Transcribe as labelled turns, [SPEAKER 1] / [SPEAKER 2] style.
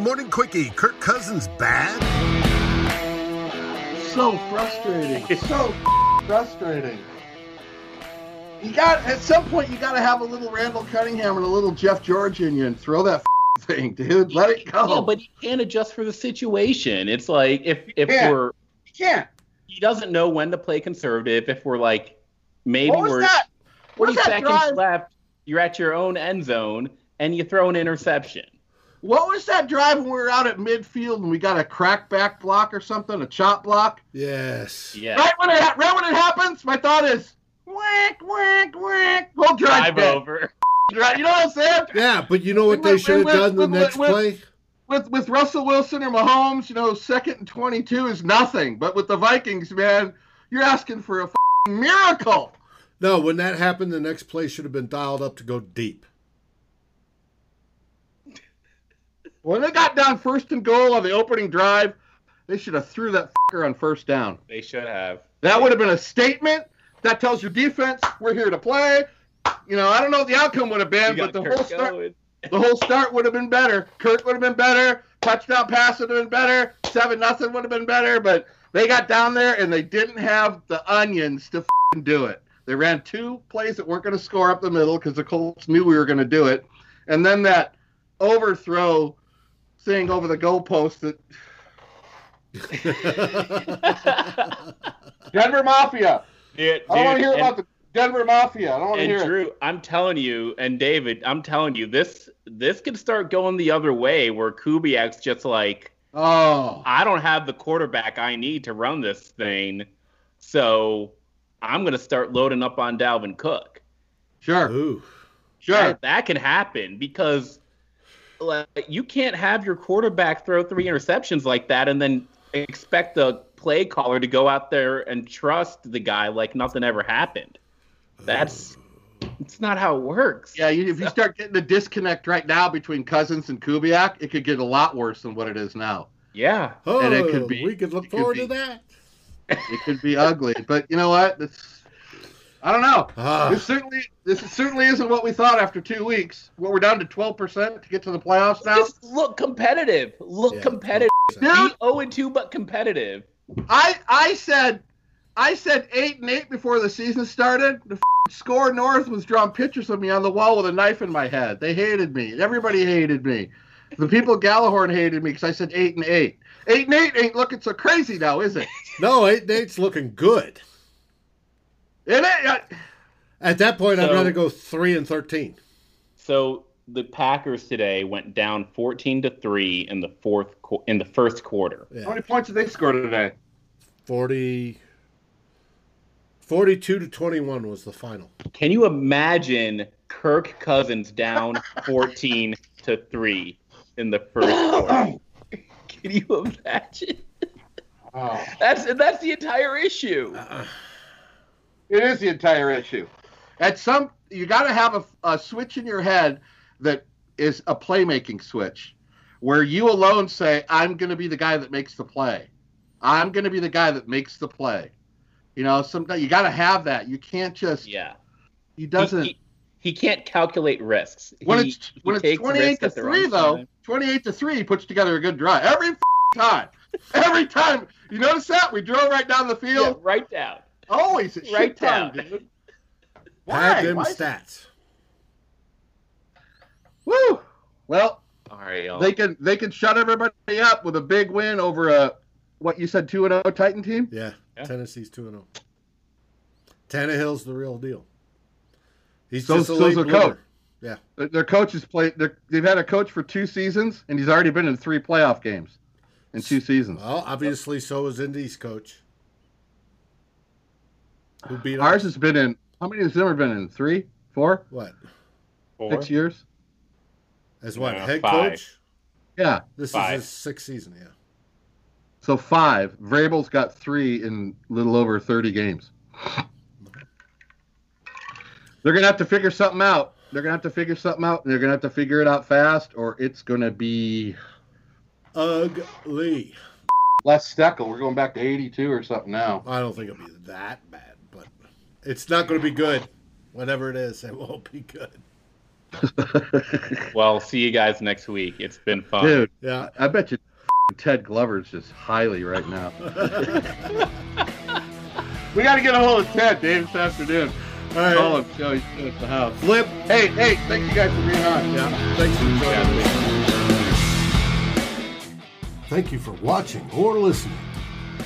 [SPEAKER 1] morning quickie. Kirk Cousins bad?
[SPEAKER 2] So frustrating. so frustrating. You got at some point you got to have a little Randall Cunningham and a little Jeff George in you and throw that thing, dude. Let it go.
[SPEAKER 3] Yeah, but he can't adjust for the situation. It's like if if
[SPEAKER 2] can't.
[SPEAKER 3] we're
[SPEAKER 2] you can't.
[SPEAKER 3] he doesn't know when to play conservative. If we're like maybe
[SPEAKER 2] What was
[SPEAKER 3] we're
[SPEAKER 2] that? What
[SPEAKER 3] 40
[SPEAKER 2] was that
[SPEAKER 3] seconds
[SPEAKER 2] drive?
[SPEAKER 3] left, you're at your own end zone and you throw an interception.
[SPEAKER 2] What was that drive when we were out at midfield and we got a crackback block or something, a chop block?
[SPEAKER 1] Yes.
[SPEAKER 3] Yeah,
[SPEAKER 2] Right when it ha- right when it happens, my thought is whack whack whack. Whole drive,
[SPEAKER 3] drive
[SPEAKER 2] dead.
[SPEAKER 3] over.
[SPEAKER 2] Right, You know what I'm saying?
[SPEAKER 1] Yeah, but you know what
[SPEAKER 2] Wait,
[SPEAKER 1] they
[SPEAKER 2] wait,
[SPEAKER 1] should have
[SPEAKER 2] wait,
[SPEAKER 1] done the
[SPEAKER 2] wait, wait,
[SPEAKER 1] next
[SPEAKER 2] wait.
[SPEAKER 1] play?
[SPEAKER 2] with with Russell Wilson or Mahomes, you know, second and twenty-two is nothing. But with the Vikings, man, you're asking for a fing miracle.
[SPEAKER 1] No, when that happened, the next play should have been dialed up to go deep.
[SPEAKER 2] When they got down first and goal on the opening drive, they should have threw that fucker on first down.
[SPEAKER 3] They should have.
[SPEAKER 2] That would have been a statement. That tells your defense we're here to play. You know, I don't know what the outcome would have been,
[SPEAKER 3] You
[SPEAKER 2] but
[SPEAKER 3] got
[SPEAKER 2] the
[SPEAKER 3] Kirk
[SPEAKER 2] whole start,
[SPEAKER 3] going.
[SPEAKER 2] the whole start would have been better. Kirk would have been better. Touchdown pass would have been better. Seven nothing would have been better. But they got down there and they didn't have the onions to fing do it. They ran two plays that weren't going to score up the middle because the Colts knew we were going to do it, and then that overthrow thing over the goalpost that Denver Mafia.
[SPEAKER 3] Dude,
[SPEAKER 2] I don't want
[SPEAKER 3] dude,
[SPEAKER 2] to hear
[SPEAKER 3] and-
[SPEAKER 2] about the Denver Mafia. I don't want to
[SPEAKER 3] and
[SPEAKER 2] hear it.
[SPEAKER 3] Drew, I'm telling you, and David, I'm telling you, this this could start going the other way where Kubiak's just like,
[SPEAKER 2] Oh,
[SPEAKER 3] I don't have the quarterback I need to run this thing, so I'm gonna start loading up on Dalvin Cook.
[SPEAKER 2] sure,
[SPEAKER 1] Ooh.
[SPEAKER 2] sure.
[SPEAKER 3] That, that can happen because like, you can't have your quarterback throw three interceptions like that and then expect the play caller to go out there and trust the guy like nothing ever happened. That's it's not how it works.
[SPEAKER 2] Yeah, you, if you start getting the disconnect right now between Cousins and Kubiak, it could get a lot worse than what it is now.
[SPEAKER 3] Yeah.
[SPEAKER 1] Oh,
[SPEAKER 2] And it could be-
[SPEAKER 1] we could look
[SPEAKER 2] it could
[SPEAKER 1] forward
[SPEAKER 2] be.
[SPEAKER 1] to that.
[SPEAKER 2] It could be ugly, but you know what? It's, I don't know.
[SPEAKER 1] Ah,
[SPEAKER 2] This certainly, this certainly isn't what we thought after two weeks. Well, we're down to twelve percent to get to the playoffs now.
[SPEAKER 3] Just look competitive. Look
[SPEAKER 1] Yeah.
[SPEAKER 3] competitive.
[SPEAKER 2] Dude,
[SPEAKER 3] Be 0 and 2, but competitive.
[SPEAKER 2] I, I said, I said eight and eight before the season started. The f***ing score north was drawing pictures of me on the wall with a knife in my head. They hated me. Everybody hated me. The people at Gallahorn hated me because I said eight and eight. Eight and eight ain't looking so crazy now, is it?
[SPEAKER 1] no, eight and eight's looking good.
[SPEAKER 2] It ain't. uh, I,
[SPEAKER 1] At that point, I'd
[SPEAKER 3] So-
[SPEAKER 1] rather go three and thirteen.
[SPEAKER 3] So the Packers today went down 14 to 3 in the fourth qu- in the first quarter.
[SPEAKER 2] How
[SPEAKER 1] Yeah,
[SPEAKER 2] many points did they score today?
[SPEAKER 1] 40, 42 to twenty-one was the final.
[SPEAKER 3] Can you imagine Kirk Cousins down 14 to 3 in the first quarter? Can you imagine?
[SPEAKER 2] Oh, Uh-uh.
[SPEAKER 3] That's that's the entire issue.
[SPEAKER 2] it is the entire issue. At some, you got to have a, a switch in your head that is a playmaking switch, where you alone say, "I'm going to be the guy that makes the play. I'm going to be the guy that makes the play." You know, sometimes you got to have that. You can't just.
[SPEAKER 3] Yeah.
[SPEAKER 2] He doesn't.
[SPEAKER 3] He, he can't calculate risks.
[SPEAKER 2] when
[SPEAKER 3] He-
[SPEAKER 2] it's when it's
[SPEAKER 3] takes risks
[SPEAKER 2] 28 to
[SPEAKER 3] at the wrong
[SPEAKER 2] 3 though
[SPEAKER 3] time.
[SPEAKER 2] 28 to 3 he puts together a good drive every f- time every time you notice that we drove right down the
[SPEAKER 3] yeah,
[SPEAKER 2] field
[SPEAKER 3] right down.
[SPEAKER 2] always at
[SPEAKER 3] Right
[SPEAKER 2] shit time
[SPEAKER 3] down.
[SPEAKER 2] dude.
[SPEAKER 1] Have
[SPEAKER 2] why,
[SPEAKER 1] them
[SPEAKER 2] why?
[SPEAKER 1] stats.
[SPEAKER 2] Woo. well
[SPEAKER 3] All right, y'all.
[SPEAKER 2] they can they can shut everybody up with a big win over a what you said 2 and 0 Titan team
[SPEAKER 1] Yeah,
[SPEAKER 3] Yeah.
[SPEAKER 1] Tennessee's two and zero. Tannehill's the real deal. He's
[SPEAKER 2] So-
[SPEAKER 1] just a
[SPEAKER 2] so's
[SPEAKER 1] late
[SPEAKER 2] their
[SPEAKER 1] bloomer.
[SPEAKER 2] coach. Their- their coach has played their- they've had a coach for two seasons and he's already been in three playoff games in two seasons
[SPEAKER 1] Well, obviously, so is Indy's coach. Who beat
[SPEAKER 2] ours
[SPEAKER 1] us?
[SPEAKER 2] has been in how many has Zimmer been in Three, four,
[SPEAKER 1] What?
[SPEAKER 2] six
[SPEAKER 3] Four.
[SPEAKER 2] years
[SPEAKER 1] As what?
[SPEAKER 3] No,
[SPEAKER 1] head
[SPEAKER 3] five.
[SPEAKER 1] coach?
[SPEAKER 2] yeah
[SPEAKER 1] This
[SPEAKER 3] Five.
[SPEAKER 1] is his sixth season, yeah.
[SPEAKER 2] So five. Vrabel's got three in little over thirty games. They're gonna have to figure something out. They're gonna have to figure something out, and they're gonna have to figure it out fast, or it's gonna be
[SPEAKER 1] Ugly.
[SPEAKER 2] less Steckel. We're going back to eighty-two or something now.
[SPEAKER 1] I don't think it'll be that bad, but it's not going to be good. Whatever it is, it won't be good.
[SPEAKER 3] Well, see you guys next week. It's been fun.
[SPEAKER 2] Dude,
[SPEAKER 4] Yeah.
[SPEAKER 2] I bet you Ted Glover's just highly right now. we got to get a hold of Ted, Dave, this afternoon.
[SPEAKER 4] All right.
[SPEAKER 2] Call him, show he's still at the house.
[SPEAKER 4] Flip.
[SPEAKER 2] Hey, hey, thank you guys for being on.
[SPEAKER 4] Yeah. Thanks for joining
[SPEAKER 3] Yeah.
[SPEAKER 4] me.
[SPEAKER 1] Thank you for watching or listening.